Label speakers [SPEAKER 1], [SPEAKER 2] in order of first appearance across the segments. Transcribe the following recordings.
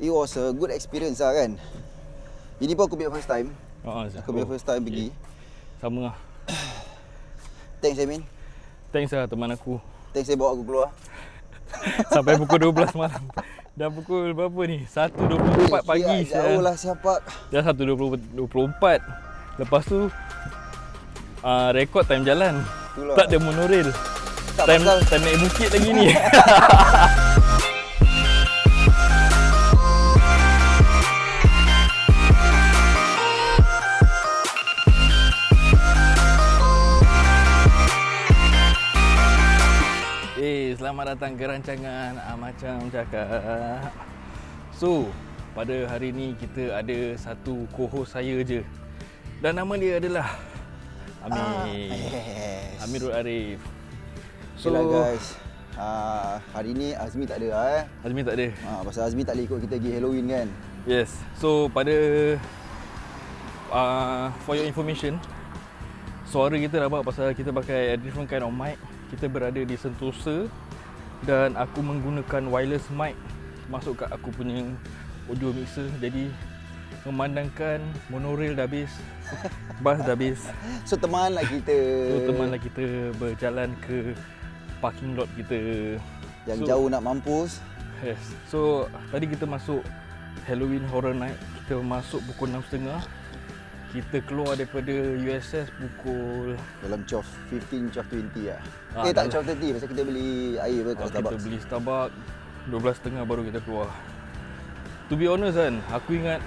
[SPEAKER 1] It was a good experience lah kan Ini pun aku build first time
[SPEAKER 2] Ha,
[SPEAKER 1] Aku build first time pergi
[SPEAKER 2] Sama lah.
[SPEAKER 1] Thanks Amin
[SPEAKER 2] Thanks lah teman aku.
[SPEAKER 1] Thanks dia bawa aku keluar
[SPEAKER 2] Sampai pukul 12 malam. Dah pukul berapa ni? 1.24 pagi.
[SPEAKER 1] Eh, Jauh
[SPEAKER 2] sial.
[SPEAKER 1] lah siapak
[SPEAKER 2] Dah 1.24 Lepas tu uh, Rekod time jalan
[SPEAKER 1] Itulah.
[SPEAKER 2] Tak ada monorail
[SPEAKER 1] Tak
[SPEAKER 2] Time,
[SPEAKER 1] pasal.
[SPEAKER 2] time naik bukit lagi ni Eh, selamat datang ke rancangan ah, Macam Cakap So, pada hari ni kita ada satu co-host saya je Dan nama dia adalah Amir
[SPEAKER 1] Yes
[SPEAKER 2] Amirul Arif
[SPEAKER 1] So
[SPEAKER 2] So,
[SPEAKER 1] lah guys Ah, hari ni Azmi tak ada lah eh
[SPEAKER 2] Azmi tak ada
[SPEAKER 1] ah, Pasal Azmi tak boleh ikut kita pergi Halloween kan
[SPEAKER 2] Yes. So pada uh, for your information, suara kita rabak pasal kita pakai a different kind of mic. Kita berada di Sentosa dan aku menggunakan wireless mic masuk kat aku punya audio mixer. Jadi memandangkan monorail dah habis, bas dah habis.
[SPEAKER 1] So temanlah kita
[SPEAKER 2] So temanlah kita berjalan ke parking lot kita.
[SPEAKER 1] Yang
[SPEAKER 2] So-
[SPEAKER 1] jauh nak mampus
[SPEAKER 2] Yes. So tadi kita masuk Halloween Horror Night. Kita masuk pukul 6.30. Kita keluar daripada USS pukul
[SPEAKER 1] Dalam 12, 15, 12.20 lah
[SPEAKER 2] Ah,
[SPEAKER 1] Eh tak
[SPEAKER 2] dah
[SPEAKER 1] 12.30 pasal kita beli air pun kat
[SPEAKER 2] kalau kita
[SPEAKER 1] Starbucks
[SPEAKER 2] beli Starbucks 12.30 baru kita keluar. To be honest kan, aku ingat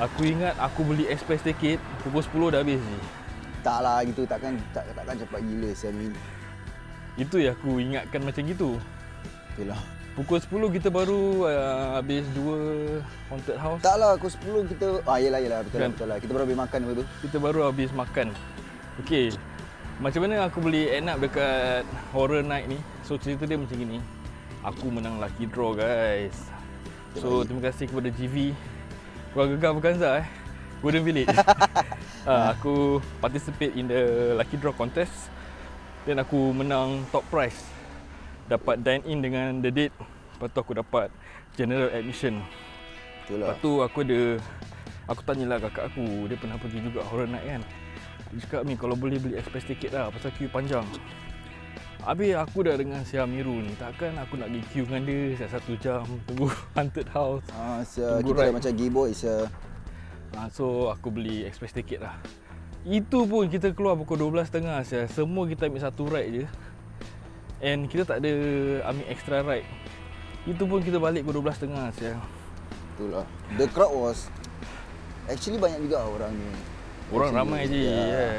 [SPEAKER 2] aku ingat aku beli express ticket pukul 10 dah habis ni.
[SPEAKER 1] Tak lah gitu takkan tak, takkan cepat gila si Amin
[SPEAKER 2] Itu yang aku ingatkan macam gitu.
[SPEAKER 1] Itulah
[SPEAKER 2] Pukul 10 kita baru uh, habis dua haunted house.
[SPEAKER 1] Tak lah pukul 10 kita Ah yelah yelah betul lah
[SPEAKER 2] Kan?
[SPEAKER 1] betul lah Kita baru habis makan lepas tu
[SPEAKER 2] Kita baru habis makan. Okey. Macam mana aku boleh end up dekat horror night ni? So cerita dia macam gini. Aku menang lucky draw guys. So terima kasih kepada GV. Keluarga Gaf Ganza eh. Golden Village. uh, aku participate in the lucky draw contest. Then aku menang top prize. Dapat dine in dengan the date. Lepas tu aku dapat general admission.
[SPEAKER 1] Betul lah
[SPEAKER 2] Lepas tu aku ada Aku tanyalah kakak aku Dia pernah pergi juga horror night kan Dia cakap ni kalau boleh beli express ticket lah Pasal queue panjang Habis aku dah dengan si Amirul ni Takkan aku nak pergi queue dengan dia Setiap satu jam Tunggu haunted house
[SPEAKER 1] Ah, se-
[SPEAKER 2] Tunggu
[SPEAKER 1] kita
[SPEAKER 2] ride.
[SPEAKER 1] dah macam gay boy se-
[SPEAKER 2] ha, So aku beli express ticket lah Itu pun kita keluar pukul 12.30 sia. Semua kita ambil satu ride je And kita tak ada ambil extra ride Itu pun kita balik pukul 12.30 sia.
[SPEAKER 1] Betul lah The crowd was Actually banyak juga lah orang ni
[SPEAKER 2] Orang ramai je
[SPEAKER 1] Ya.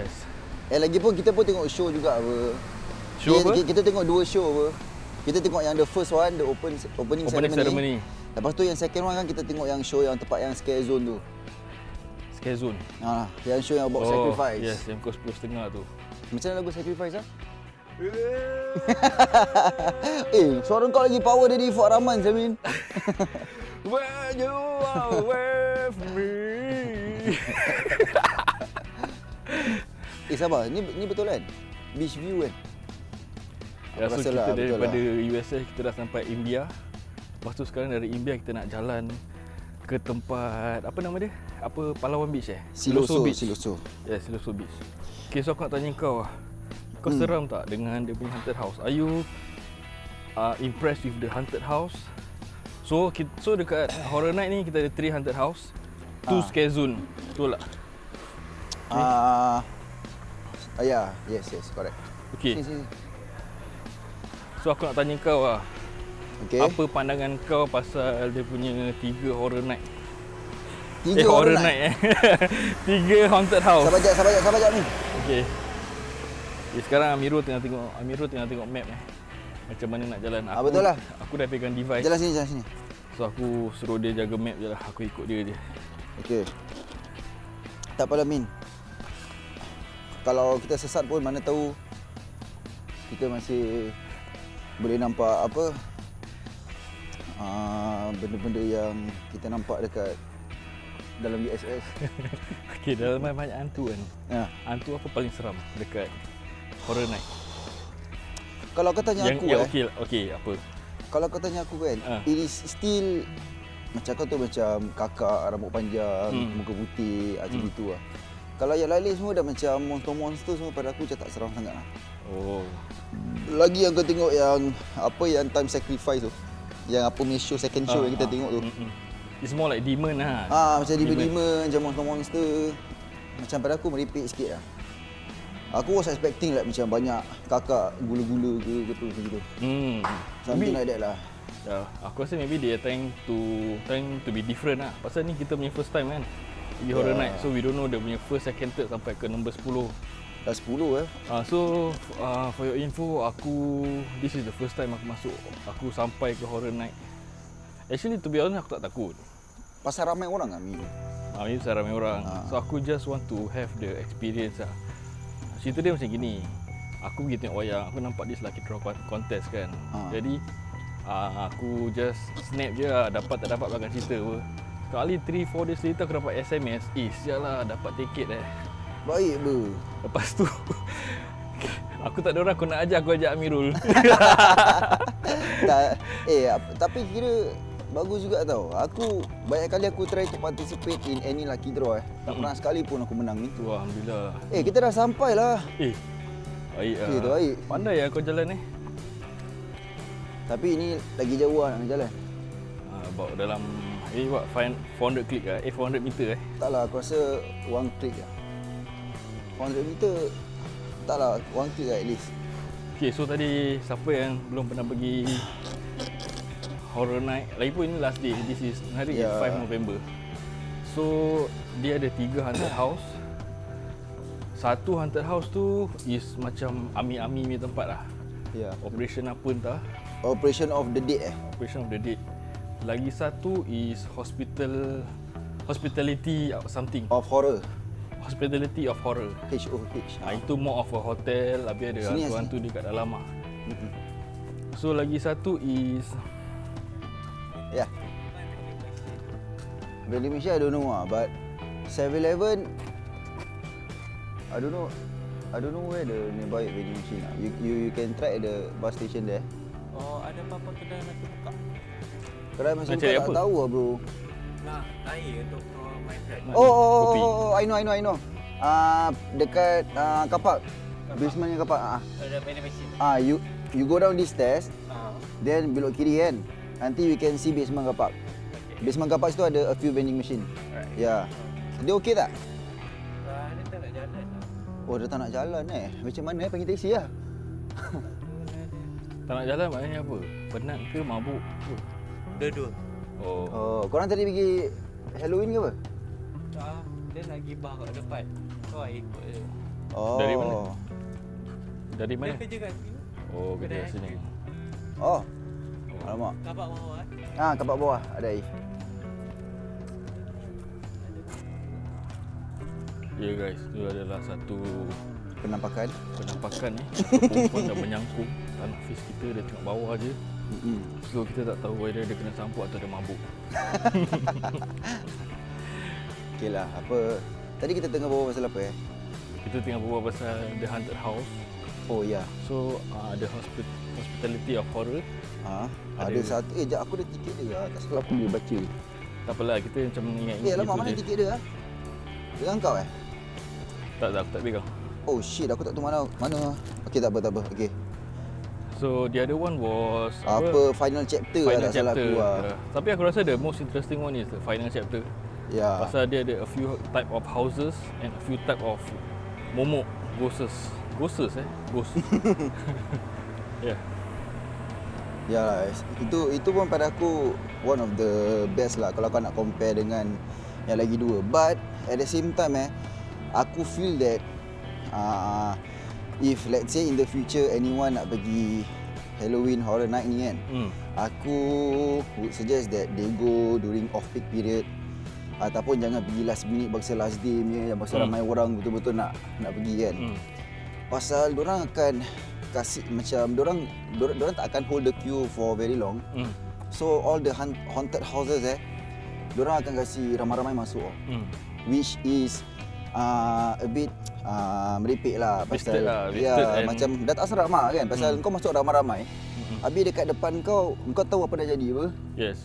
[SPEAKER 2] Yes
[SPEAKER 1] Eh lagi pun kita pun tengok show juga apa
[SPEAKER 2] Show
[SPEAKER 1] kita,
[SPEAKER 2] apa?
[SPEAKER 1] Kita tengok dua show apa Kita tengok yang the first one The open opening,
[SPEAKER 2] Opening ceremony.
[SPEAKER 1] Lepas tu yang second one kan kita tengok yang show yang tempat yang scare zone tu
[SPEAKER 2] Scare zone
[SPEAKER 1] Ha, yang show yang about sacrifice.
[SPEAKER 2] Oh, Yes, yang pukul 10.30 tu.
[SPEAKER 1] Macam mana lagu sacrifice ah? eh, suara kau lagi power dari Fuad Rahman Zamin.
[SPEAKER 2] When you are with me.
[SPEAKER 1] Eh sabar, ni ni betul kan? Beach view kan?
[SPEAKER 2] ya, so
[SPEAKER 1] Aku rasa
[SPEAKER 2] kita
[SPEAKER 1] lah, betul
[SPEAKER 2] daripada USA kita dah sampai India. Lepas tu sekarang dari India kita nak jalan ke tempat apa nama dia? Apa Palawan Beach eh?
[SPEAKER 1] Siloso,
[SPEAKER 2] Beach.
[SPEAKER 1] Siloso.
[SPEAKER 2] Ya, yes, Siloso Beach. Okay, so aku nak tanya kau lah.
[SPEAKER 1] Hmm.
[SPEAKER 2] Kau seram tak dengan dia punya haunted house? Are you uh, impressed with the haunted house? So, kita, so dekat Horror Night ni kita ada 3 haunted house. Two
[SPEAKER 1] Ah.
[SPEAKER 2] scare zone. Betul tak? Hmm.
[SPEAKER 1] Ah. ah, ya, yes, yes, correct.
[SPEAKER 2] Okay.
[SPEAKER 1] Sini, sini.
[SPEAKER 2] So aku nak tanya kau lah
[SPEAKER 1] Okay.
[SPEAKER 2] okay. Apa pandangan kau pasal dia punya tiga horror night
[SPEAKER 1] Tiga
[SPEAKER 2] Eh horror
[SPEAKER 1] orang
[SPEAKER 2] night, eh Tiga haunted house
[SPEAKER 1] Sabar jap, sabar jap, sabar jap ni.
[SPEAKER 2] Okay eh, Sekarang Amirul tengah tengok Amirul tengah tengok map eh Macam mana nak jalan
[SPEAKER 1] Ah, betul lah.
[SPEAKER 2] Aku dah pegang device
[SPEAKER 1] Jalan sini, jalan sini.
[SPEAKER 2] So aku suruh dia jaga map je lah Aku ikut dia je
[SPEAKER 1] Okey. Tak apalah Min. Kalau kita sesat pun mana tahu kita masih boleh nampak apa uh, benda-benda yang kita nampak dekat dalam USS.
[SPEAKER 2] Okay dalam map banyak hantu kan
[SPEAKER 1] Ya.
[SPEAKER 2] Hantu apa paling seram dekat horror night
[SPEAKER 1] Kalau kau tanya
[SPEAKER 2] Yang,
[SPEAKER 1] aku
[SPEAKER 2] yang ya,
[SPEAKER 1] eh,
[SPEAKER 2] okay, okay apa
[SPEAKER 1] kalau kau tanya aku kan,
[SPEAKER 2] Ah.
[SPEAKER 1] it is still macam kau tu macam kakak rambut panjang,
[SPEAKER 2] Hmm.
[SPEAKER 1] muka putih, macam gitu lah. Kalau yang lain semua dah macam monster-monster semua pada aku macam tak seram sangat lah.
[SPEAKER 2] Oh.
[SPEAKER 1] Lagi yang kau tengok yang apa yang time sacrifice tu. Yang apa punya show second show
[SPEAKER 2] Ah,
[SPEAKER 1] yang kita
[SPEAKER 2] ah.
[SPEAKER 1] tengok tu.
[SPEAKER 2] Mm-mm. It's more like demon lah.
[SPEAKER 1] Ah macam demon-demon, macam monster-monster. Macam pada aku merepek sikit lah. Aku was expecting like macam banyak kakak gula-gula ke gitu macam gitu.
[SPEAKER 2] Hmm.
[SPEAKER 1] Something like that lah.
[SPEAKER 2] Uh, aku rasa maybe they are trying to trying to be different lah. Pasal ni kita punya first time kan. Pergi horror
[SPEAKER 1] Yeah.
[SPEAKER 2] night. So we don't know dia punya first, second, third sampai ke nombor 10.
[SPEAKER 1] Dah 10 eh.
[SPEAKER 2] Uh, so uh, for your info aku this is the first time aku masuk aku sampai ke horror night. Actually to be honest aku tak takut.
[SPEAKER 1] Pasal ramai orang lah Min.
[SPEAKER 2] Ah, ini saya ramai orang.
[SPEAKER 1] Ah.
[SPEAKER 2] So aku just want to have the experience lah. Cerita dia macam gini. Aku pergi tengok wayang, aku nampak this lucky draw con- contest kan.
[SPEAKER 1] Ah.
[SPEAKER 2] Jadi ah, aku just snap je lah, dapat tak dapat belakang cerita apa. Kali 3 4 days later aku dapat SMS, "Eh, sialah dapat tiket eh."
[SPEAKER 1] Baik ber.
[SPEAKER 2] Lepas tu aku tak ada orang aku nak ajak aku ajak Amirul.
[SPEAKER 1] tak, eh ap- tapi kira bagus juga tau. Aku banyak kali aku try to participate in any lucky draw eh. Tak pernah sekali pun aku menang ni.
[SPEAKER 2] tu alhamdulillah.
[SPEAKER 1] Eh kita dah sampai lah.
[SPEAKER 2] Eh. Baik ah.
[SPEAKER 1] Eh, tu baik.
[SPEAKER 2] Pandai ya kau jalan ni. Eh?
[SPEAKER 1] Tapi ini lagi jauh lah nak jalan.
[SPEAKER 2] Ah, about dalam eh what 400 klik ah. Eh 400 meter eh.
[SPEAKER 1] Tak lah, aku rasa one click lah. 400 meter, tak lah, one click lah at least.
[SPEAKER 2] Okay, so tadi siapa yang belum pernah pergi Horror Night Lagipun ini last day, this is hari
[SPEAKER 1] Ya.
[SPEAKER 2] yeah. 5 November So, dia ada tiga haunted house Satu haunted house tu is macam ami-ami punya tempat lah
[SPEAKER 1] Ya.
[SPEAKER 2] Operation apa entah,
[SPEAKER 1] Operation of the dead eh?
[SPEAKER 2] Operation of the Dead Lagi satu is hospital Hospitality of something
[SPEAKER 1] Of horror.
[SPEAKER 2] Hospitality of horror
[SPEAKER 1] H-O-H.
[SPEAKER 2] ha, Itu more of a hotel Habis ada
[SPEAKER 1] Sini,
[SPEAKER 2] hantu-hantu dekat dalam lah So lagi satu is
[SPEAKER 1] Ya. Value Malaysia, I don't know lah. But 7-Eleven, I don't know. I don't know where the nearby vending machine lah. You, you, you can try at the bus station there.
[SPEAKER 3] Oh, ada apa-apa kedai nasi buka?
[SPEAKER 1] Kedai masih
[SPEAKER 2] Nak
[SPEAKER 1] buka
[SPEAKER 2] cari
[SPEAKER 1] tak
[SPEAKER 2] apa?
[SPEAKER 1] tahu lah bro.
[SPEAKER 3] Nah, air untuk uh, my friend.
[SPEAKER 1] Oh, oh, oh,
[SPEAKER 2] Kopi.
[SPEAKER 1] oh, oh, I know, I know, I know. Ah, dekat ah, kapak. Basement yang kapak. Ah,
[SPEAKER 3] Ada vending machine.
[SPEAKER 1] ah, you you go down this stairs,
[SPEAKER 3] Ah,
[SPEAKER 1] Then belok kiri kan. Nanti we can see basement kapak. Basement kapak situ ada a few vending machine.
[SPEAKER 3] Alright.
[SPEAKER 1] Ya. Dia okey tak?
[SPEAKER 3] uh, dia tak nak jalan lah.
[SPEAKER 1] Oh dia tak nak jalan eh. Macam mana eh panggil taksi lah.
[SPEAKER 2] Tak nak jalan maknanya apa? Penat ke mabuk? ke?
[SPEAKER 3] Dua-dua.
[SPEAKER 2] Oh.
[SPEAKER 1] Oh, korang tadi pergi Halloween ke apa?
[SPEAKER 3] Ah, dia lagi bar kat depan. So, I ikut je.
[SPEAKER 1] Oh.
[SPEAKER 2] Dari mana? Dari
[SPEAKER 3] Dia
[SPEAKER 2] mana?
[SPEAKER 3] kerja kat sini.
[SPEAKER 2] Oh, kerja kat sini.
[SPEAKER 1] Oh. Alamak.
[SPEAKER 3] Kapak bawah eh.
[SPEAKER 1] Ah, kapak bawah ada air.
[SPEAKER 2] Ya yeah, guys, itu adalah satu
[SPEAKER 1] Penampakan.
[SPEAKER 2] penampakan eh. Perempuan dah menyangkung. Tak nafis kita, dia tengok bawah je.
[SPEAKER 1] Mm-mm.
[SPEAKER 2] So kita tak tahu whether dia kena sampuk atau dia mabuk.
[SPEAKER 1] Okey lah, apa Tadi kita tengah bawa pasal apa eh?
[SPEAKER 2] Kita tengah berbual pasal The Haunted House.
[SPEAKER 1] Oh ya.
[SPEAKER 2] So, uh, the hospi- hospitality of horror.
[SPEAKER 1] Ha, ada,
[SPEAKER 2] Ada.
[SPEAKER 1] satu. Eh, jap aku ada tiket dia. Ah, Tak salah aku boleh baca.
[SPEAKER 2] Tak apalah, kita macam ingat-ingat
[SPEAKER 1] Eh, lama mana
[SPEAKER 2] je.
[SPEAKER 1] tiket dia ah? Dengan kau eh?
[SPEAKER 2] Tak, tak, aku tak pegang.
[SPEAKER 1] Oh shit, aku tak tahu mana mana. Okey tak apa tak apa. Okey.
[SPEAKER 2] So, the other one was...
[SPEAKER 1] Apa final chapter final lah tak salah aku lah.
[SPEAKER 2] Yeah. Ya. Tapi aku rasa the most interesting one is the final chapter.
[SPEAKER 1] Ya.
[SPEAKER 2] Pasal dia ada a few type of houses and a few type of momok ghosts. Ghosts eh? Ghosts. yeah.
[SPEAKER 1] Ya lah. Itu itu pun pada aku one of the best lah kalau kau nak compare dengan yang lagi dua. But at the same time eh aku feel that uh, if let's say in the future anyone nak pergi Halloween Horror Night ni kan.
[SPEAKER 2] Hmm.
[SPEAKER 1] Aku would suggest that they go during off peak period ataupun jangan pergi last minute bangsa last day punya yang pasal
[SPEAKER 2] Hmm.
[SPEAKER 1] ramai orang betul-betul nak nak pergi kan.
[SPEAKER 2] Hmm.
[SPEAKER 1] Pasal orang akan kasih macam orang orang tak akan hold the queue for very long.
[SPEAKER 2] Hmm.
[SPEAKER 1] So all the hun- haunted houses eh
[SPEAKER 2] mm.
[SPEAKER 1] orang akan kasi ramai-ramai masuk.
[SPEAKER 2] Hmm.
[SPEAKER 1] Which is uh, a bit uh, meripik lah
[SPEAKER 2] Wasted
[SPEAKER 1] pasal
[SPEAKER 2] lah,
[SPEAKER 1] ya
[SPEAKER 2] wasted and- Hmm.
[SPEAKER 1] macam dah tak serak mak kan pasal kau masuk ramai-ramai
[SPEAKER 2] Mm-mm.
[SPEAKER 1] habis dekat depan kau kau tahu apa dah jadi apa
[SPEAKER 2] Yes.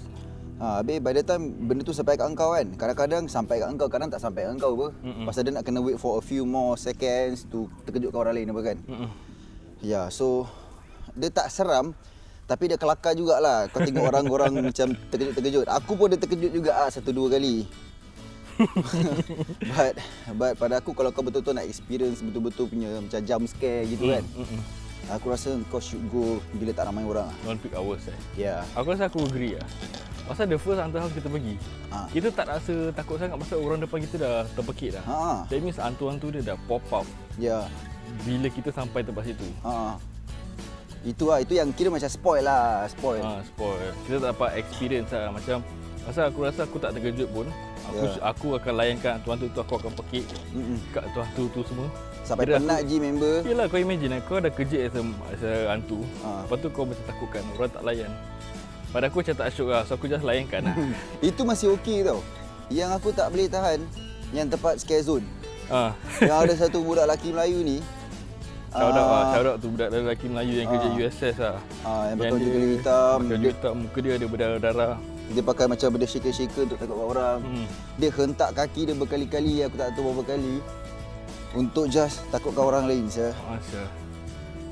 [SPEAKER 1] Ha, habis by the time benda tu sampai kat engkau kan Kadang-kadang sampai kat engkau, kadang tak sampai kat engkau apa
[SPEAKER 2] Mm-mm.
[SPEAKER 1] Pasal dia nak kena wait for a few more seconds to terkejutkan orang lain apa kan
[SPEAKER 2] Mm-mm.
[SPEAKER 1] Ya, so dia tak seram tapi dia kelakar jugalah. Kau tengok orang-orang macam terkejut-terkejut. Aku pun dia terkejut juga ah satu dua kali. but but pada aku kalau kau betul-betul nak experience betul-betul punya macam jump scare
[SPEAKER 2] Mm,
[SPEAKER 1] gitu kan.
[SPEAKER 2] Mm-mm.
[SPEAKER 1] Aku rasa kau should go bila tak ramai orang. ah.
[SPEAKER 2] Non peak hours eh.
[SPEAKER 1] Ya.
[SPEAKER 2] Aku rasa aku agree lah. Pasal the first hantar house kita pergi,
[SPEAKER 1] Ha.
[SPEAKER 2] kita tak rasa takut sangat pasal orang depan kita dah terpekit dah.
[SPEAKER 1] Ha.
[SPEAKER 2] That means hantu-hantu dia dah pop up
[SPEAKER 1] Ya.
[SPEAKER 2] bila kita sampai tempat situ.
[SPEAKER 1] Ha. Itu lah, itu yang kira macam spoil lah, spoil.
[SPEAKER 2] Ha, spoil. Kita tak dapat experience lah macam pasal aku rasa aku tak terkejut pun. Aku
[SPEAKER 1] Ya.
[SPEAKER 2] aku akan layankan hantu-hantu tu aku akan pekik
[SPEAKER 1] Mm-mm.
[SPEAKER 2] kat hantu-hantu tu semua.
[SPEAKER 1] Sampai
[SPEAKER 2] Kira aku-
[SPEAKER 1] penat G member.
[SPEAKER 2] Yelah kau imagine lah, kau dah kerja as a, as a hantu
[SPEAKER 1] Ha.
[SPEAKER 2] Lepas tu kau macam takutkan, orang tak layan Pada aku macam tak syok lah, so aku just layankan lah
[SPEAKER 1] Itu masih okey tau. Yang aku tak boleh tahan yang tempat scare zone.
[SPEAKER 2] ha.
[SPEAKER 1] Yang ada satu budak lelaki Melayu ni.
[SPEAKER 2] Shout out lah,
[SPEAKER 1] ah,
[SPEAKER 2] shout out tu budak lelaki Melayu yang kerja
[SPEAKER 1] Ah.
[SPEAKER 2] USS lah
[SPEAKER 1] ah, yang pakai baju
[SPEAKER 2] dia
[SPEAKER 1] keliling hitam.
[SPEAKER 2] pakai baju
[SPEAKER 1] Dia,
[SPEAKER 2] hitam, muka dia ada berdarah-darah
[SPEAKER 1] dia pakai macam benda shaker-shaker untuk takut orang.
[SPEAKER 2] hmm.
[SPEAKER 1] Dia hentak kaki dia berkali-kali, aku tak tahu berapa kali. Untuk just takutkan orang lain saya.
[SPEAKER 2] Masya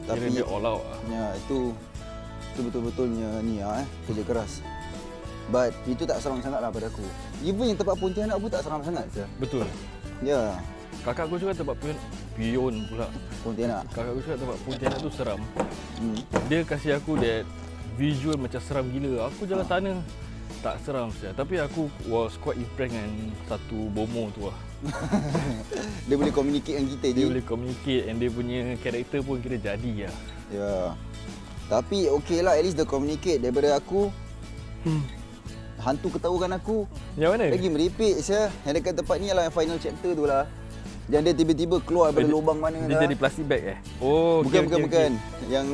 [SPEAKER 2] Tapi
[SPEAKER 1] Tapi
[SPEAKER 2] dia all out lah
[SPEAKER 1] ya, itu itu betul-betulnya ni ah, eh, kerja keras. But itu tak seram sangat lah pada aku. Even yang tempat Pontianak pun tak seram sangat saya.
[SPEAKER 2] Betul
[SPEAKER 1] Ya,
[SPEAKER 2] Kakak aku juga tempat pion, pion pula
[SPEAKER 1] Pontianak.
[SPEAKER 2] Kakak aku juga tempat Pontianak tu seram
[SPEAKER 1] Hmm.
[SPEAKER 2] Dia kasih aku that visual macam seram gila. Aku jalan sana tak seram saya. Tapi aku was quite impressed dengan satu bomo tu lah.
[SPEAKER 1] Dia boleh communicate dengan kita je.
[SPEAKER 2] Dia boleh communicate and dia punya karakter pun kira jadi lah.
[SPEAKER 1] Ya. Tapi okey lah at least dia communicate daripada aku.
[SPEAKER 2] Hmm. Eh.
[SPEAKER 1] Hantu ketawakan aku.
[SPEAKER 2] Yang mana?
[SPEAKER 1] Lagi meripik saya. Yang dekat tempat ni lah yang final chapter tu lah. Yang dia tiba-tiba keluar daripada
[SPEAKER 2] Dia-
[SPEAKER 1] lubang mana
[SPEAKER 2] Dia
[SPEAKER 1] lah.
[SPEAKER 2] jadi plastic bag eh? Oh,
[SPEAKER 1] bukan, bukan, bukan. Yang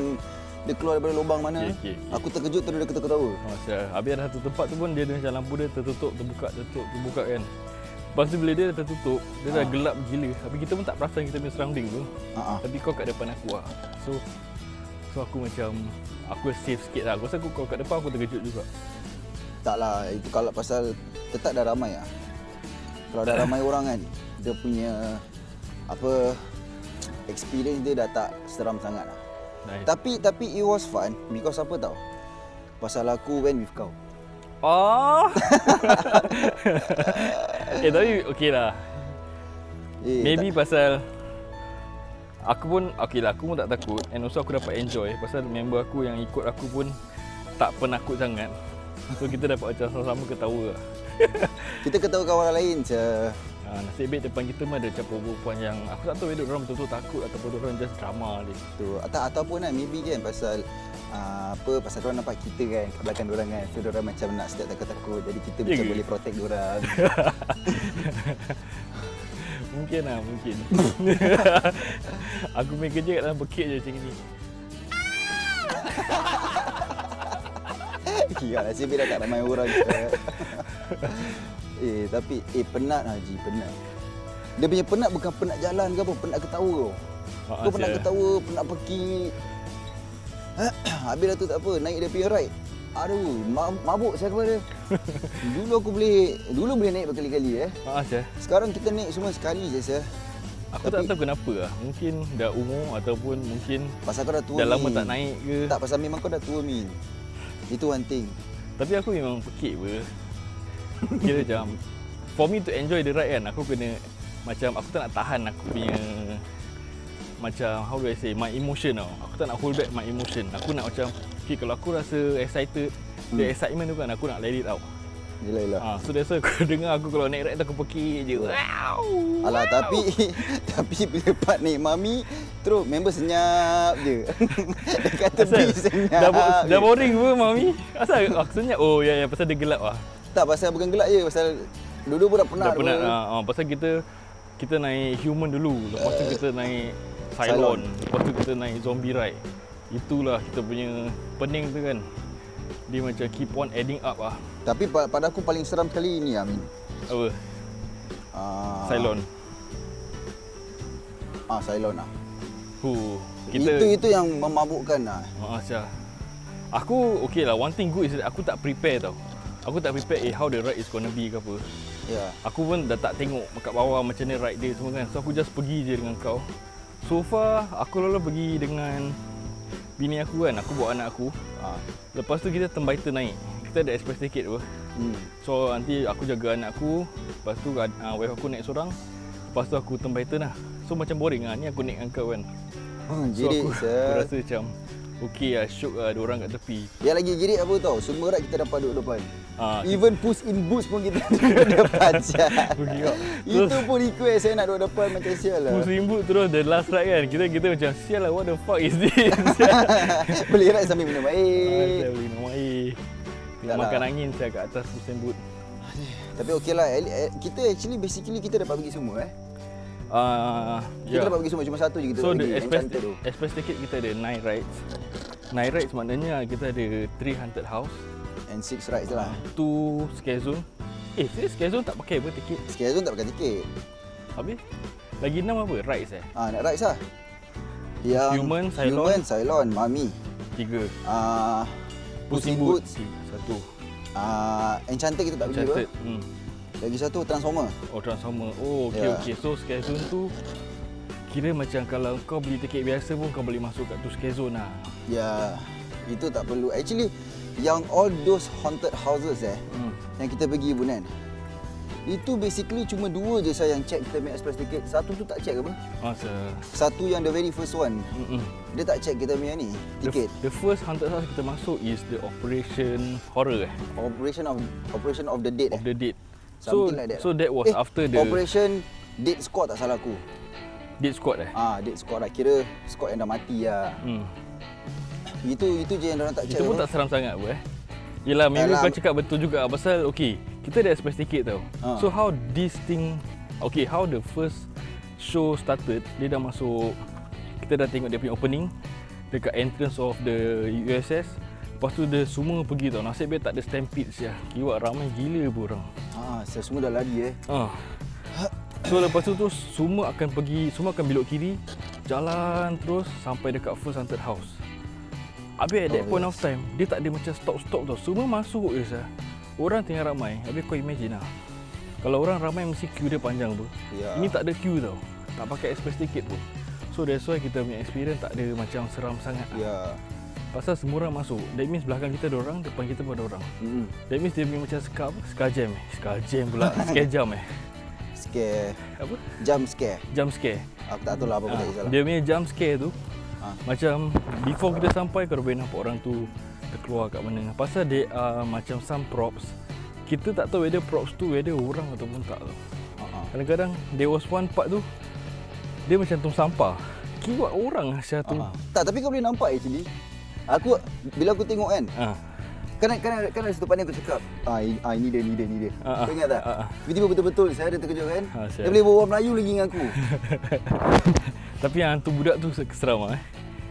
[SPEAKER 1] dia keluar daripada lubang mana.
[SPEAKER 2] Okey, okey, okey.
[SPEAKER 1] Aku terkejut terus dia ketawa-ketawa.
[SPEAKER 2] Oh, saya. Habis ada satu tempat tu pun dia ada macam lampu dia tertutup, terbuka, tertutup, terbuka kan. Lepas tu bila dia dah tertutup, dia dah gelap gila. Habis kita pun tak perasan kita punya surrounding tu.
[SPEAKER 1] Ha ah.
[SPEAKER 2] Tapi kau kat depan aku lah So So aku macam Aku safe sikit lah Aku rasa aku kau kat depan aku terkejut juga
[SPEAKER 1] Tak lah, itu kalau pasal tetap dah ramai lah. Kalau dah ramai orang kan, dia punya apa experience dia dah tak seram sangat lah.
[SPEAKER 2] Nice
[SPEAKER 1] Tapi tapi it was fun because apa tau? Pasal aku went with kau.
[SPEAKER 2] Oh Eh tapi okay lah
[SPEAKER 1] Eh,
[SPEAKER 2] Maybe pasal Aku pun Okay lah aku pun tak takut And also aku dapat enjoy Pasal member aku yang ikut aku pun Tak penakut sangat So kita dapat macam sama-sama ketawa lah
[SPEAKER 1] Tak, kita ketawakan orang lain je.
[SPEAKER 2] Ha, nasib baik depan kita pun ada macam perempuan yang Aku tak tahu whether orang betul-betul takut Ataupun orang just drama dia
[SPEAKER 1] Tu. Atau, ataupun kan maybe kan pasal ah, apa pasal orang nampak kita kan kat belakang orang kan. So orang macam nak step takut-takut. Jadi kita
[SPEAKER 2] Ya
[SPEAKER 1] macam
[SPEAKER 2] ke?
[SPEAKER 1] boleh protect orang.
[SPEAKER 2] Mungkin lah, mungkin. aku main kerja kat dalam bekit je macam ni.
[SPEAKER 1] ya, nasib baik dah tak ramai orang je. eh, tapi eh penat Haji, penat. Dia punya penat bukan penat jalan ke apa, penat ketawa tau.
[SPEAKER 2] Ha,
[SPEAKER 1] Kau penat
[SPEAKER 2] sia.
[SPEAKER 1] ketawa, penat pekik. Habis dah tu tak apa, naik dia punya ride. Aduh, ma- mabuk saya kepada. dulu aku boleh, dulu boleh naik berkali-kali eh.
[SPEAKER 2] Maaf saya.
[SPEAKER 1] Sekarang kita naik semua sekali je saya.
[SPEAKER 2] Aku tak tahu kenapa lah. Mungkin dah umur ataupun mungkin
[SPEAKER 1] Pasal kau dah tua
[SPEAKER 2] dah lama
[SPEAKER 1] Min.
[SPEAKER 2] tak naik ke.
[SPEAKER 1] Tak, pasal memang kau dah tua Min. Itu one thing.
[SPEAKER 2] Tapi aku memang pekik apa. Kira macam, for me to enjoy the ride kan, aku kena macam aku tak nak tahan aku punya macam how do I say my emotion tau. Aku tak nak hold back my emotion. Aku nak macam okay, kalau aku rasa excited, the excitement tu kan aku nak let it out.
[SPEAKER 1] Yelah, yelah.
[SPEAKER 2] Ha, so that's why aku dengar aku kalau naik ride tu aku pekik je. Wow.
[SPEAKER 1] Alah tapi tapi bila part naik mami terus member senyap je. Dia kata "Bi,
[SPEAKER 2] Asal,
[SPEAKER 1] senyap.
[SPEAKER 2] dah, bo-
[SPEAKER 1] je."
[SPEAKER 2] dah boring pun mami. Asal aku senyap. Oh ya ya pasal dia gelap ah.
[SPEAKER 1] Tak pasal bukan gelak je pasal dulu pun dah penat.
[SPEAKER 2] Dah penat
[SPEAKER 1] pun.
[SPEAKER 2] ah. ah. pasal kita kita naik human dulu. Lepas tu kita naik
[SPEAKER 1] Cylon.
[SPEAKER 2] Cylon. Lepas tu kita naik zombie ride. Itulah kita punya pening tu kan. Dia macam keep on adding up ah.
[SPEAKER 1] Tapi pa- pada aku paling seram ah, sekali ni Amin.
[SPEAKER 2] Apa?
[SPEAKER 1] Ah,
[SPEAKER 2] Cylon.
[SPEAKER 1] Ah, Cylon lah.
[SPEAKER 2] Huh,
[SPEAKER 1] Kita... Itu itu yang memabukkan lah.
[SPEAKER 2] Ah, Syah. Aku okay lah. One thing good is that aku tak prepare tau. Aku tak prepare eh how the ride is gonna be ke apa.
[SPEAKER 1] Ya.
[SPEAKER 2] Aku pun dah tak tengok kat bawah macam ni ride dia semua kan. So aku just pergi je dengan kau. So far aku lalu pergi dengan bini aku kan. Aku bawa anak aku.
[SPEAKER 1] Ah.
[SPEAKER 2] Lepas tu kita tembaita naik. Kita ada express ticket apa.
[SPEAKER 1] Hmm.
[SPEAKER 2] So nanti aku jaga anak aku. Lepas tu uh, wife aku naik seorang. Lepas tu aku tembaita lah. So macam boring lah. Ni aku naik dengan kau kan.
[SPEAKER 1] Oh,
[SPEAKER 2] So
[SPEAKER 1] jadi
[SPEAKER 2] aku, aku rasa macam okey lah syok lah diorang kat tepi.
[SPEAKER 1] Yang lagi girik apa tau? Semua rak kita dapat duduk depan.
[SPEAKER 2] Ah,
[SPEAKER 1] Even push in boost pun kita duduk depan. Syah.
[SPEAKER 2] Aku gigak.
[SPEAKER 1] Itu pun request saya nak duduk depan macam sial lah.
[SPEAKER 2] Aku serimbut terus the last ride kan. Kita kita macam sial lah what the fuck is this? ya.
[SPEAKER 1] Beli rak sambil minum Eh,
[SPEAKER 2] Ah, Saya
[SPEAKER 1] air.
[SPEAKER 2] beli nama air. Tengah
[SPEAKER 1] Tak lah.
[SPEAKER 2] makan angin saya kat atas tu sembut.
[SPEAKER 1] Tapi okey lah. at- at- Kita actually basically kita dapat pergi semua eh.
[SPEAKER 2] Ah,
[SPEAKER 1] Kita
[SPEAKER 2] ya.
[SPEAKER 1] dapat pergi semua. Cuma satu je kita
[SPEAKER 2] So
[SPEAKER 1] dapat
[SPEAKER 2] the
[SPEAKER 1] pergi.
[SPEAKER 2] express
[SPEAKER 1] Enchanted tu.
[SPEAKER 2] express ticket kita ada 9 rides. 9 rides maknanya kita ada 3 haunted house,
[SPEAKER 1] And six rides lah.
[SPEAKER 2] 2 scare zone. Eh, serius scare zone tak pakai apa tiket?
[SPEAKER 1] Sekiranya tu tak pakai tiket.
[SPEAKER 2] Habis lagi 6 apa? Rides eh?
[SPEAKER 1] Ah, nak rides lah. Yang
[SPEAKER 2] Human, Cylon.
[SPEAKER 1] Human, Cylon, Mami.
[SPEAKER 2] 3.
[SPEAKER 1] Ah, Puss in Boots.
[SPEAKER 2] Satu.
[SPEAKER 1] Ah, Enchanted kita tak pergi apa.
[SPEAKER 2] Enchanted. Hmm.
[SPEAKER 1] Lagi satu Transformer.
[SPEAKER 2] Oh Transformer. Oh okey
[SPEAKER 1] Ya.
[SPEAKER 2] yeah. okey. So scare zone tu kira macam kalau kau beli tiket biasa pun kau boleh masuk kat tu scare zone lah.
[SPEAKER 1] Ya, itu tak perlu. Actually, yang all those haunted houses eh,
[SPEAKER 2] Hmm.
[SPEAKER 1] yang kita pergi pun kan. Itu basically cuma dua je saya yang check kita punya express ticket. Satu tu tak check apa?
[SPEAKER 2] Masa.
[SPEAKER 1] Satu yang the very first one.
[SPEAKER 2] Mm-mm.
[SPEAKER 1] Dia tak check kita punya ni, tiket.
[SPEAKER 2] The, the first haunted house kita masuk is the Operation Horror eh.
[SPEAKER 1] Operation of Operation of the Dead eh.
[SPEAKER 2] Of the Dead. So
[SPEAKER 1] Something like that.
[SPEAKER 2] so that
[SPEAKER 1] eh,
[SPEAKER 2] was after the operation.
[SPEAKER 1] Operation Dead Squad tak salah aku.
[SPEAKER 2] Dead Squad eh.
[SPEAKER 1] Ah, Dead Squad lah. Kira Squad yang dah mati lah.
[SPEAKER 2] Hmm.
[SPEAKER 1] Itu itu je yang orang tak check.
[SPEAKER 2] Itu pun
[SPEAKER 1] apa.
[SPEAKER 2] tak seram sangat pun eh. Yelah, maybe
[SPEAKER 1] Alam.
[SPEAKER 2] kau cakap betul juga pasal okey, kita ada express ticket tau.
[SPEAKER 1] Ha.
[SPEAKER 2] So how this thing okay, how the first show started, dia dah masuk kita dah tengok dia punya opening dekat entrance of the USS. Lepas tu dia semua pergi tau. Nasib baik tak ada stampede sia. Kiwak ramai gila pun orang.
[SPEAKER 1] Ah, saya semua dah lari eh.
[SPEAKER 2] Ah. So lepas tu terus semua akan pergi, semua akan belok kiri, jalan terus sampai dekat first haunted house. Habis at that
[SPEAKER 1] Oh,
[SPEAKER 2] point of time, dia tak ada macam stop-stop tau. Semua masuk je sah. Orang tengah ramai. Habis kau imagine lah. Kalau orang ramai mesti queue dia panjang tu.
[SPEAKER 1] Ya.
[SPEAKER 2] Ini tak ada queue tau. Tak pakai express ticket pun. So that's why kita punya experience tak ada macam seram sangat. lah.
[SPEAKER 1] Ya.
[SPEAKER 2] Pasal semua orang masuk. That means belakang kita ada orang, depan kita pun ada orang.
[SPEAKER 1] Mm-mm.
[SPEAKER 2] That means dia punya macam ska apa? Ska jam eh. Ska jam pula. Ska jam eh.
[SPEAKER 1] Scare.
[SPEAKER 2] Apa?
[SPEAKER 1] Jump scare.
[SPEAKER 2] jump scare.
[SPEAKER 1] Aku tak tahu lah apa
[SPEAKER 2] Ah,
[SPEAKER 1] benda ha, salah.
[SPEAKER 2] dia punya jump scare tu
[SPEAKER 1] Ah.
[SPEAKER 2] macam before kita sampai kau dah boleh nampak orang tu terkeluar kat mana. Pasal dia uh, macam some props kita tak tahu whether props tu whether orang ataupun tak tau.
[SPEAKER 1] Ha, ha.
[SPEAKER 2] Kadang-kadang there was one part tu dia macam tung sampah. Kiwat orang Asia tu.
[SPEAKER 1] Ha, ha. Tak, tapi kau boleh nampak actually. Aku bila aku tengok kan,
[SPEAKER 2] Ah.
[SPEAKER 1] kan kan kan ada satu part ni aku cakap, ah, i- ah ini dia ni dia ni dia.
[SPEAKER 2] Ah, ah.
[SPEAKER 1] Kau ingat tak?
[SPEAKER 2] Ah, ah.
[SPEAKER 1] Tiba-tiba betul-betul saya ada terkejut kan.
[SPEAKER 2] Ah, siap.
[SPEAKER 1] dia boleh berbual Melayu lagi dengan aku.
[SPEAKER 2] Tapi yang hantu budak tu seram ah. Eh.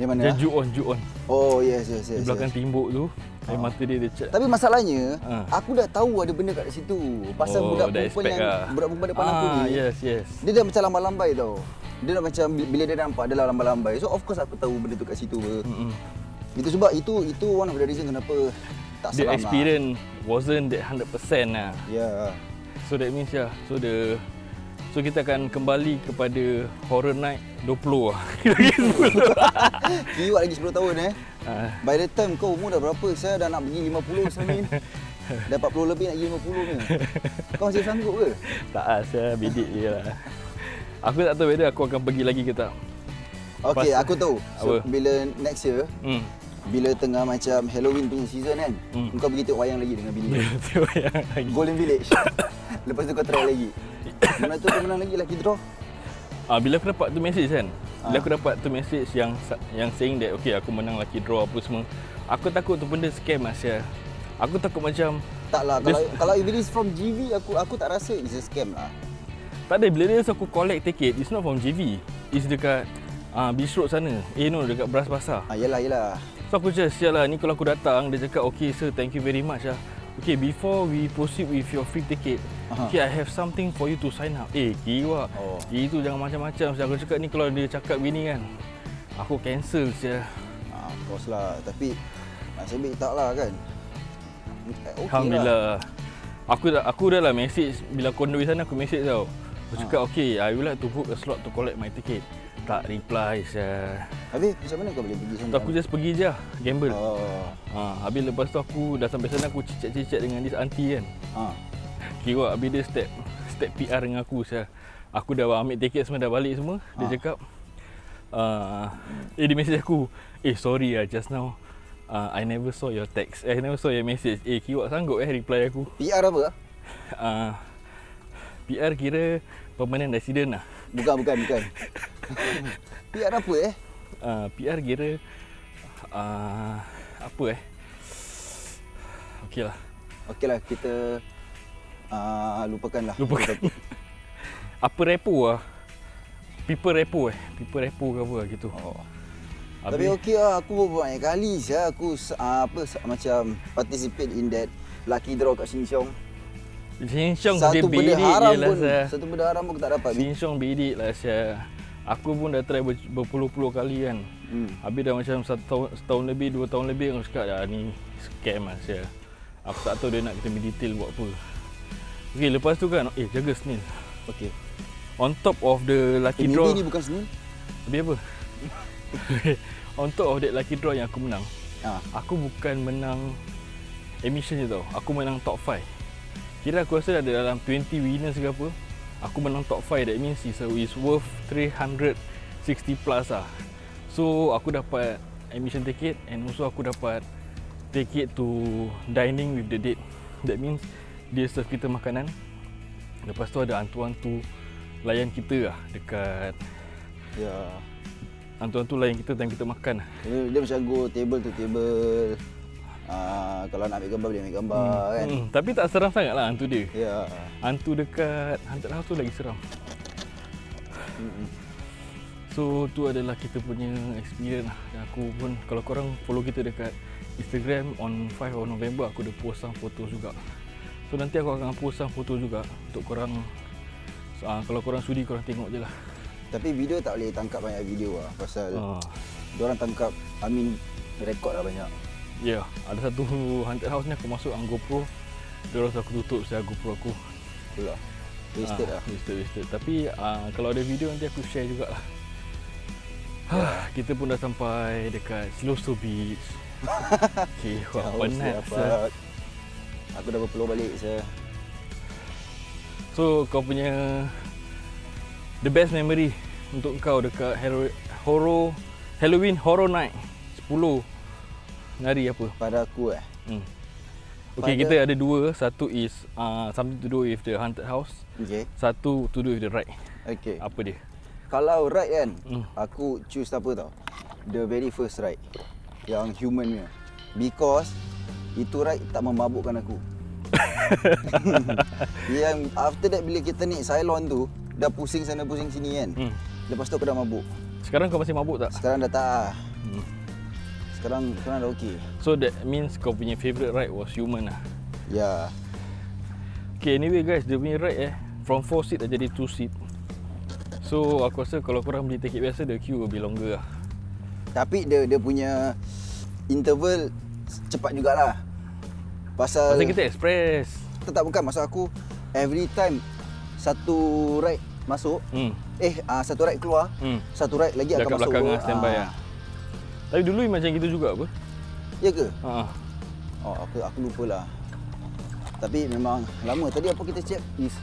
[SPEAKER 1] Yang mana?
[SPEAKER 2] Dia
[SPEAKER 1] ah?
[SPEAKER 2] ju on ju on.
[SPEAKER 1] Oh, yes yes yes.
[SPEAKER 2] Di belakang
[SPEAKER 1] yes. Ah.
[SPEAKER 2] timbuk tu, air mata dia dia cat.
[SPEAKER 1] Tapi masalahnya,
[SPEAKER 2] Ah.
[SPEAKER 1] aku dah tahu ada benda kat situ. Pasal
[SPEAKER 2] Oh,
[SPEAKER 1] budak
[SPEAKER 2] dah
[SPEAKER 1] perempuan
[SPEAKER 2] expect
[SPEAKER 1] yang
[SPEAKER 2] lah.
[SPEAKER 1] budak perempuan depan aku
[SPEAKER 2] Ah,
[SPEAKER 1] ni.
[SPEAKER 2] Yes, yes.
[SPEAKER 1] Dia dah macam lambai-lambai tau. Dia dah macam bi- bila dia nampak dia dah lambai-lambai. So of course aku tahu benda tu kat situ apa.
[SPEAKER 2] Mm-mm.
[SPEAKER 1] Itu sebab itu itu one of the reason kenapa tak
[SPEAKER 2] The
[SPEAKER 1] seram
[SPEAKER 2] experience wasn't that 100%
[SPEAKER 1] lah.
[SPEAKER 2] lah.
[SPEAKER 1] Ya.
[SPEAKER 2] So that means ya. So the So kita akan kembali kepada Horror Night 20 lah. Lagi 10.
[SPEAKER 1] Kiwat lagi 10 tahun eh.
[SPEAKER 2] Ah,
[SPEAKER 1] By the time kau umur dah berapa? Saya dah nak pergi 50 sekarang ni. Dah 40 lebih nak pergi 50 ni. Kau masih sanggup ke?
[SPEAKER 2] tak lah, saya bidik je lah. Aku tak tahu whether aku akan pergi lagi ke tak.
[SPEAKER 1] Okay,
[SPEAKER 2] Pas-
[SPEAKER 1] aku tahu. So,
[SPEAKER 2] Apa?
[SPEAKER 1] bila next year,
[SPEAKER 2] Hmm.
[SPEAKER 1] bila tengah macam Halloween punya season kan,
[SPEAKER 2] Hmm.
[SPEAKER 1] kau pergi tengok wayang lagi dengan bini.
[SPEAKER 2] Dia tengok yang lagi.
[SPEAKER 1] Golden Village. Lepas tu kau try lagi. Mana tu kau menang lagi lagi draw.
[SPEAKER 2] Ah, bila aku dapat tu message kan. Bila
[SPEAKER 1] Ah.
[SPEAKER 2] aku dapat tu message yang sa- yang saying that okay aku menang lucky draw apa semua. Aku takut tu benda scam lah Syah. Aku takut macam
[SPEAKER 1] Taklah
[SPEAKER 2] Dia-
[SPEAKER 1] lah, kalau kalau if it is from GV aku aku tak rasa it's a scam lah.
[SPEAKER 2] Tak ada, bila dia rasa aku collect ticket, it's not from JV. It's dekat uh, Beach Road sana. Eh no, dekat Bras Basah.
[SPEAKER 1] Ah yalah yalah.
[SPEAKER 2] So aku cakap, sial lah, ni kalau aku datang, dia cakap, okay sir, thank you very much lah. Okay, before we proceed with your free ticket,
[SPEAKER 1] Aha.
[SPEAKER 2] Okay, I have something for you to sign up. Eh, kira.
[SPEAKER 1] Oh.
[SPEAKER 2] Oh. Itu jangan macam-macam. Saya aku cakap ni kalau dia cakap gini kan. Aku cancel saja.
[SPEAKER 1] Ah, of course lah. Tapi nasib baik tak lah kan. Okay Lah.
[SPEAKER 2] Alhamdulillah. Aku dah aku dah lah message bila kondo di sana aku message tau. Aku
[SPEAKER 1] Ha.
[SPEAKER 2] cakap okay, I would like to book a slot to collect my ticket. Tak reply saya.
[SPEAKER 1] Habis macam mana kau boleh pergi sana?
[SPEAKER 2] Tu aku just pergi je gamble. Oh.
[SPEAKER 1] Oh.
[SPEAKER 2] Ha, habis lepas tu aku dah sampai sana aku cicak-cicak dengan this auntie kan.
[SPEAKER 1] Ha.
[SPEAKER 2] Kira habis dia step step PR dengan aku saya. Aku dah ambil tiket semua dah balik semua. Dia
[SPEAKER 1] Ah.
[SPEAKER 2] cakap uh, eh dia message aku, "Eh sorry ah just now uh, I never saw your text. I never saw your message. Eh kiwak sanggup eh reply aku."
[SPEAKER 1] PR apa? ah?
[SPEAKER 2] uh, PR kira permanent resident lah.
[SPEAKER 1] Bukan, bukan, bukan. PR apa eh?
[SPEAKER 2] Uh, PR kira uh, apa eh? Okey lah.
[SPEAKER 1] Okeylah kita uh, lupakanlah.
[SPEAKER 2] Lupakan. apa repo lah? People repo eh. People repo ke apa gitu.
[SPEAKER 1] Oh.
[SPEAKER 2] Habis,
[SPEAKER 1] Tapi okey lah, aku pun banyak kali saya aku uh, apa sa- macam participate in that lucky draw kat Sheng Siong.
[SPEAKER 2] Sinsyong dia
[SPEAKER 1] Satu benda
[SPEAKER 2] bidik
[SPEAKER 1] haram
[SPEAKER 2] je lah
[SPEAKER 1] pun,
[SPEAKER 2] saya.
[SPEAKER 1] satu benda haram pun aku tak dapat.
[SPEAKER 2] Sinsyong bidik lah saya. Aku pun dah try ber- berpuluh-puluh kali kan.
[SPEAKER 1] Hmm.
[SPEAKER 2] Habis dah macam satu tahun, setahun lebih, dua tahun lebih aku cakap dah ni scam lah saya. Aku tak tahu dia nak kita detail buat apa. Okay, lepas tu kan, eh jaga Senin.
[SPEAKER 1] Okey.
[SPEAKER 2] On top of the
[SPEAKER 1] Okay,
[SPEAKER 2] lucky
[SPEAKER 1] maybe
[SPEAKER 2] draw,
[SPEAKER 1] ni bukan Senin.
[SPEAKER 2] habis apa? On top of that lucky draw yang aku menang,
[SPEAKER 1] Ah,
[SPEAKER 2] aku bukan menang admission je tau. Aku menang top 5. Kira aku rasa ada dalam 20 winners ke apa. Aku menang top 5 that means it's, it's worth 360 plus lah. So aku dapat admission ticket and also aku dapat ticket to dining with the date. That means dia serve kita makanan. Lepas tu ada hantu-hantu layan kita lah dekat
[SPEAKER 1] ya.
[SPEAKER 2] hantu-hantu layan kita time kita makan lah.
[SPEAKER 1] Dia, dia macam go table to table. Ah, kalau nak ambil gambar boleh ambil gambar hmm. kan.
[SPEAKER 2] Hmm, tapi tak seram sangat lah hantu dia.
[SPEAKER 1] Ya.
[SPEAKER 2] Hantu dekat Haunted House tu lagi seram. So tu adalah kita punya experience lah. Dan aku pun kalau korang follow kita dekat Instagram on 5 of November aku ada post some photo juga. So nanti aku akan post some photo juga untuk korang so, ah, kalau korang sudi korang tengok je lah.
[SPEAKER 1] Tapi video tak boleh tangkap banyak video lah pasal
[SPEAKER 2] Ha.
[SPEAKER 1] Diorang tangkap Amin rekod lah banyak
[SPEAKER 2] Ya, yeah. ada satu Haunted House ni aku masuk dengan GoPro. Terus aku tutup saya GoPro aku.
[SPEAKER 1] Itulah Wasted
[SPEAKER 2] Ah,
[SPEAKER 1] lah
[SPEAKER 2] Wasted, wasted. Tapi ah, kalau ada video nanti aku share jugalah. Yeah. kita pun dah sampai dekat Siloso Beach. okay, wah
[SPEAKER 1] Jauh lah.
[SPEAKER 2] penat.
[SPEAKER 1] siapa.
[SPEAKER 2] sah.
[SPEAKER 1] Aku dah berpeluh balik saya
[SPEAKER 2] So kau punya the best memory untuk kau dekat Hero, Horror Halloween Horror Night 10 hari apa?
[SPEAKER 1] Pada aku eh
[SPEAKER 2] Hmm.
[SPEAKER 1] Pada-
[SPEAKER 2] Okay, kita ada dua. Satu is uh, something to do with the haunted house.
[SPEAKER 1] Okay
[SPEAKER 2] Satu to do with the ride.
[SPEAKER 1] Okay
[SPEAKER 2] Apa dia?
[SPEAKER 1] Kalau ride kan
[SPEAKER 2] Hmm.
[SPEAKER 1] Aku choose apa tau The very first ride Yang human punya Because Itu ride tak memabukkan aku Yang after that bila kita naik Cylon tu Dah pusing sana pusing sini kan
[SPEAKER 2] Hmm.
[SPEAKER 1] Lepas tu aku dah mabuk
[SPEAKER 2] Sekarang kau masih mabuk tak?
[SPEAKER 1] Sekarang dah tak lah.
[SPEAKER 2] Hmm.
[SPEAKER 1] Sekarang, sekarang dah okey
[SPEAKER 2] So that means kau punya favourite ride was human lah.
[SPEAKER 1] Ya yeah.
[SPEAKER 2] Okay anyway guys, dia punya ride eh from 4 seat dah jadi 2 seat. So aku rasa kalau korang beli tiket biasa the queue will be longer lah.
[SPEAKER 1] Tapi dia dia punya interval cepat jugalah. Pasal
[SPEAKER 2] Pasal kita express.
[SPEAKER 1] tak bukan masa aku every time satu ride masuk
[SPEAKER 2] Hmm.
[SPEAKER 1] eh ah, satu ride keluar
[SPEAKER 2] Hmm.
[SPEAKER 1] satu ride lagi
[SPEAKER 2] Dah
[SPEAKER 1] akan
[SPEAKER 2] kat
[SPEAKER 1] masuk
[SPEAKER 2] belakang lah standby
[SPEAKER 1] Ah.
[SPEAKER 2] lah. Tapi dulu macam gitu juga apa?
[SPEAKER 1] ya ke
[SPEAKER 2] Ha. ah.
[SPEAKER 1] oh aku aku lupalah tapi memang lama tadi apa kita check is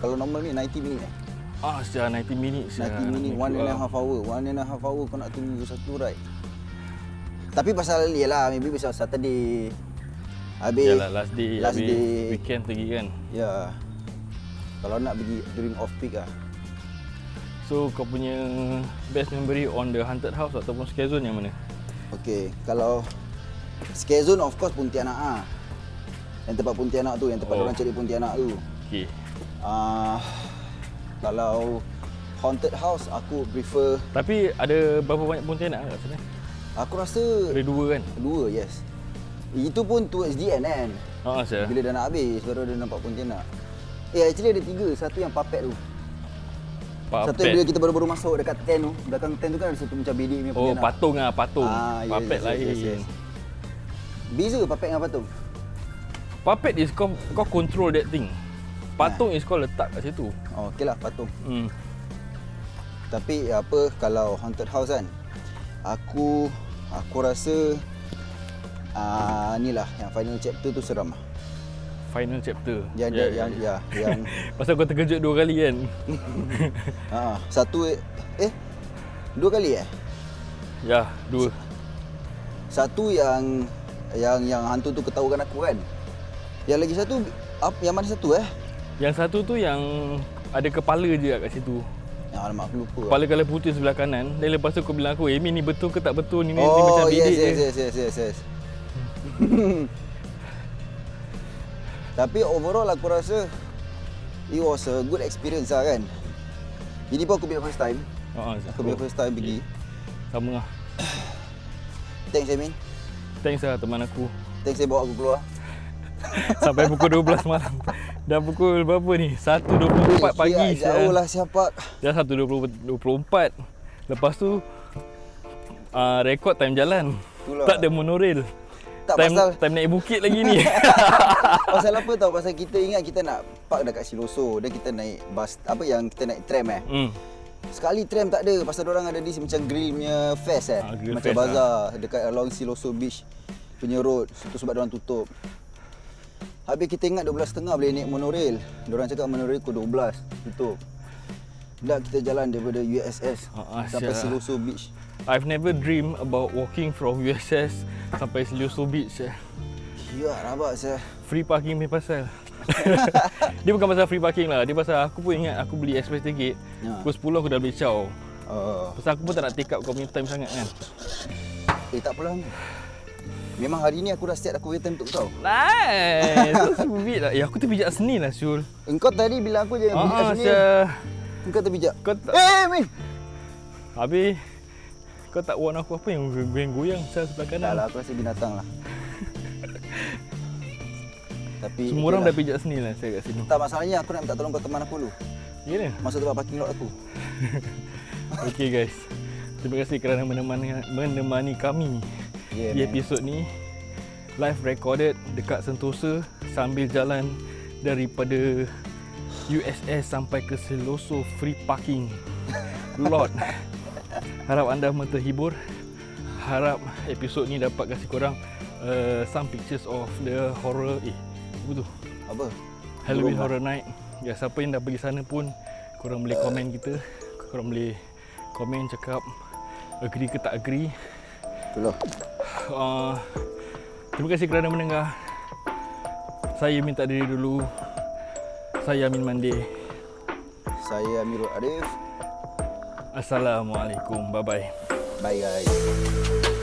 [SPEAKER 1] kalau normal ni 90 minit eh?
[SPEAKER 2] Ah, sejak 90 minit
[SPEAKER 1] 90 minit, one and a half hour. One and a half hour kau nak tunggu satu ride. Tapi pasal yelah, maybe pasal Saturday. Habis,
[SPEAKER 2] Yalah, Ya lah, last day.
[SPEAKER 1] last
[SPEAKER 2] habis
[SPEAKER 1] day.
[SPEAKER 2] Weekend pergi kan.
[SPEAKER 1] ya. Kalau nak pergi during off peak lah.
[SPEAKER 2] So kau punya best memory on the haunted house ataupun scare zone yang mana?
[SPEAKER 1] Okay, kalau scare zone of course Pontianak ah. Yang tempat Pontianak tu, yang tempat
[SPEAKER 2] Oh.
[SPEAKER 1] orang cari Pontianak tu.
[SPEAKER 2] Okay.
[SPEAKER 1] Ah, kalau haunted house aku prefer
[SPEAKER 2] Tapi ada berapa banyak pontianak kat sana?
[SPEAKER 1] aku rasa
[SPEAKER 2] Ada dua kan?
[SPEAKER 1] dua yes. Itu pun towards the end kan.
[SPEAKER 2] Ha, saya.
[SPEAKER 1] Bila dah nak habis baru dia nampak Pontianak. Eh actually ada tiga. Satu yang puppet tu.
[SPEAKER 2] Puppet.
[SPEAKER 1] Satu yang bila kita baru-baru masuk dekat tent tu, belakang tent tu kan ada satu macam bilik punya
[SPEAKER 2] Oh,
[SPEAKER 1] penginapan.
[SPEAKER 2] patung ah, patung.
[SPEAKER 1] Ah, yes,
[SPEAKER 2] puppet
[SPEAKER 1] yes,
[SPEAKER 2] lain.
[SPEAKER 1] yes, yes, yes. Beza puppet dengan patung.
[SPEAKER 2] Puppet is kau kau control that thing. Patung is kau letak kat situ.
[SPEAKER 1] Oh, okey lah patung.
[SPEAKER 2] Hmm.
[SPEAKER 1] Tapi apa kalau haunted house kan Aku aku rasa uh, ni lah yang final chapter tu seram lah
[SPEAKER 2] Final chapter.
[SPEAKER 1] Yang yeah, yang yeah. ya yang
[SPEAKER 2] Pasal kau terkejut dua kali kan.
[SPEAKER 1] ha, satu eh, eh dua kali eh
[SPEAKER 2] ya, dua.
[SPEAKER 1] Satu yang yang yang hantu tu ketawakan aku kan Yang lagi satu apa yang mana satu eh
[SPEAKER 2] Yang satu tu yang ada kepala je kat situ.
[SPEAKER 1] Ya alamak aku lupa
[SPEAKER 2] Kepala kala putih sebelah kanan. Dan lepas tu kau bilang aku, "Amy ni betul ke tak betul ni? Ni, ni
[SPEAKER 1] Oh
[SPEAKER 2] macam
[SPEAKER 1] yes
[SPEAKER 2] bidik
[SPEAKER 1] yes,
[SPEAKER 2] je."
[SPEAKER 1] yes yes yes yes Tapi overall aku rasa It was a good experience lah kan Ini pun aku punya first time
[SPEAKER 2] Ha,
[SPEAKER 1] Aku punya first time pergi
[SPEAKER 2] Sama lah.
[SPEAKER 1] Thanks Amin
[SPEAKER 2] Thanks lah teman aku.
[SPEAKER 1] Thanks dia bawa aku keluar
[SPEAKER 2] Sampai pukul 12 malam. Dah pukul berapa ni? 1.24 pagi.
[SPEAKER 1] Eh,
[SPEAKER 2] sial.
[SPEAKER 1] Jauh lah siapa
[SPEAKER 2] Dah 1.24 Lepas tu uh, Rekod time jalan
[SPEAKER 1] Itulah.
[SPEAKER 2] Tak ada monorail
[SPEAKER 1] Tak
[SPEAKER 2] time,
[SPEAKER 1] pasal-
[SPEAKER 2] time naik bukit lagi ni
[SPEAKER 1] Pasal apa tau Pasal kita ingat kita nak Park dekat Siloso Dan kita naik bus Apa yang kita naik tram eh
[SPEAKER 2] hmm.
[SPEAKER 1] Sekali tram tak ada Pasal orang ada di macam grill punya fest eh
[SPEAKER 2] Ah, grill
[SPEAKER 1] Macam
[SPEAKER 2] fest,
[SPEAKER 1] bazar Dekat along Siloso Beach Punya road Itu sebab orang tutup Habis kita ingat 12.30 boleh naik monorail Diorang cakap monorail pukul 12 Tutup Dah kita jalan daripada USS
[SPEAKER 2] Ah, ah,
[SPEAKER 1] Sampai
[SPEAKER 2] sial.
[SPEAKER 1] Siloso Beach
[SPEAKER 2] I've never dream about walking from USS Sampai Siloso Beach eh.
[SPEAKER 1] Ya rabak saya
[SPEAKER 2] Free parking punya pasal Dia bukan pasal free parking lah Dia pasal aku pun ingat aku beli express ticket
[SPEAKER 1] Ya.
[SPEAKER 2] Pukul 10 aku dah beli chow
[SPEAKER 1] uh,
[SPEAKER 2] Pasal aku pun tak nak take up kau punya time sangat kan
[SPEAKER 1] Eh tak apalah Memang hari ni aku dah set aku punya time untuk kau
[SPEAKER 2] Nice So sweet lah Eh aku terpijak seni lah Syul
[SPEAKER 1] Engkau tadi bila aku jangan pijak
[SPEAKER 2] Ah, ah,
[SPEAKER 1] sini
[SPEAKER 2] sial.
[SPEAKER 1] Engkau terpijak
[SPEAKER 2] Kau tak-
[SPEAKER 1] Eh Min
[SPEAKER 2] Habis kau tak warn aku apa yang goyang-goyang saya sebelah
[SPEAKER 1] Dah
[SPEAKER 2] kanan.
[SPEAKER 1] lah aku rasa binatang lah Tapi
[SPEAKER 2] Semua orang dah pijak sini lah saya kat sini.
[SPEAKER 1] Tak masalahnya aku nak minta tolong kau teman aku dulu
[SPEAKER 2] Ya yeah.
[SPEAKER 1] Masuk tempat parking lot aku
[SPEAKER 2] Okey guys. Terima kasih kerana menemani menemani kami
[SPEAKER 1] Yeah,
[SPEAKER 2] yeah, di
[SPEAKER 1] man.
[SPEAKER 2] episod ni. Live recorded dekat Sentosa sambil jalan daripada USS sampai ke Siloso Free Parking Lot. Harap anda terhibur. Harap episod ni dapat kasi korang uh, some pictures of the horror eh apa tu?
[SPEAKER 1] Apa?
[SPEAKER 2] Halloween
[SPEAKER 1] Burung
[SPEAKER 2] Horror Night. Ya siapa yang dah pergi sana pun korang boleh komen kita. Korang boleh komen cakap agree ke tak agree.
[SPEAKER 1] Itulah
[SPEAKER 2] Uh, terima kasih kerana mendengar. Saya minta diri dulu. Saya Amin Mandi.
[SPEAKER 1] Saya Amirul Arif
[SPEAKER 2] Assalamualaikum. Bye bye.
[SPEAKER 1] Bye guys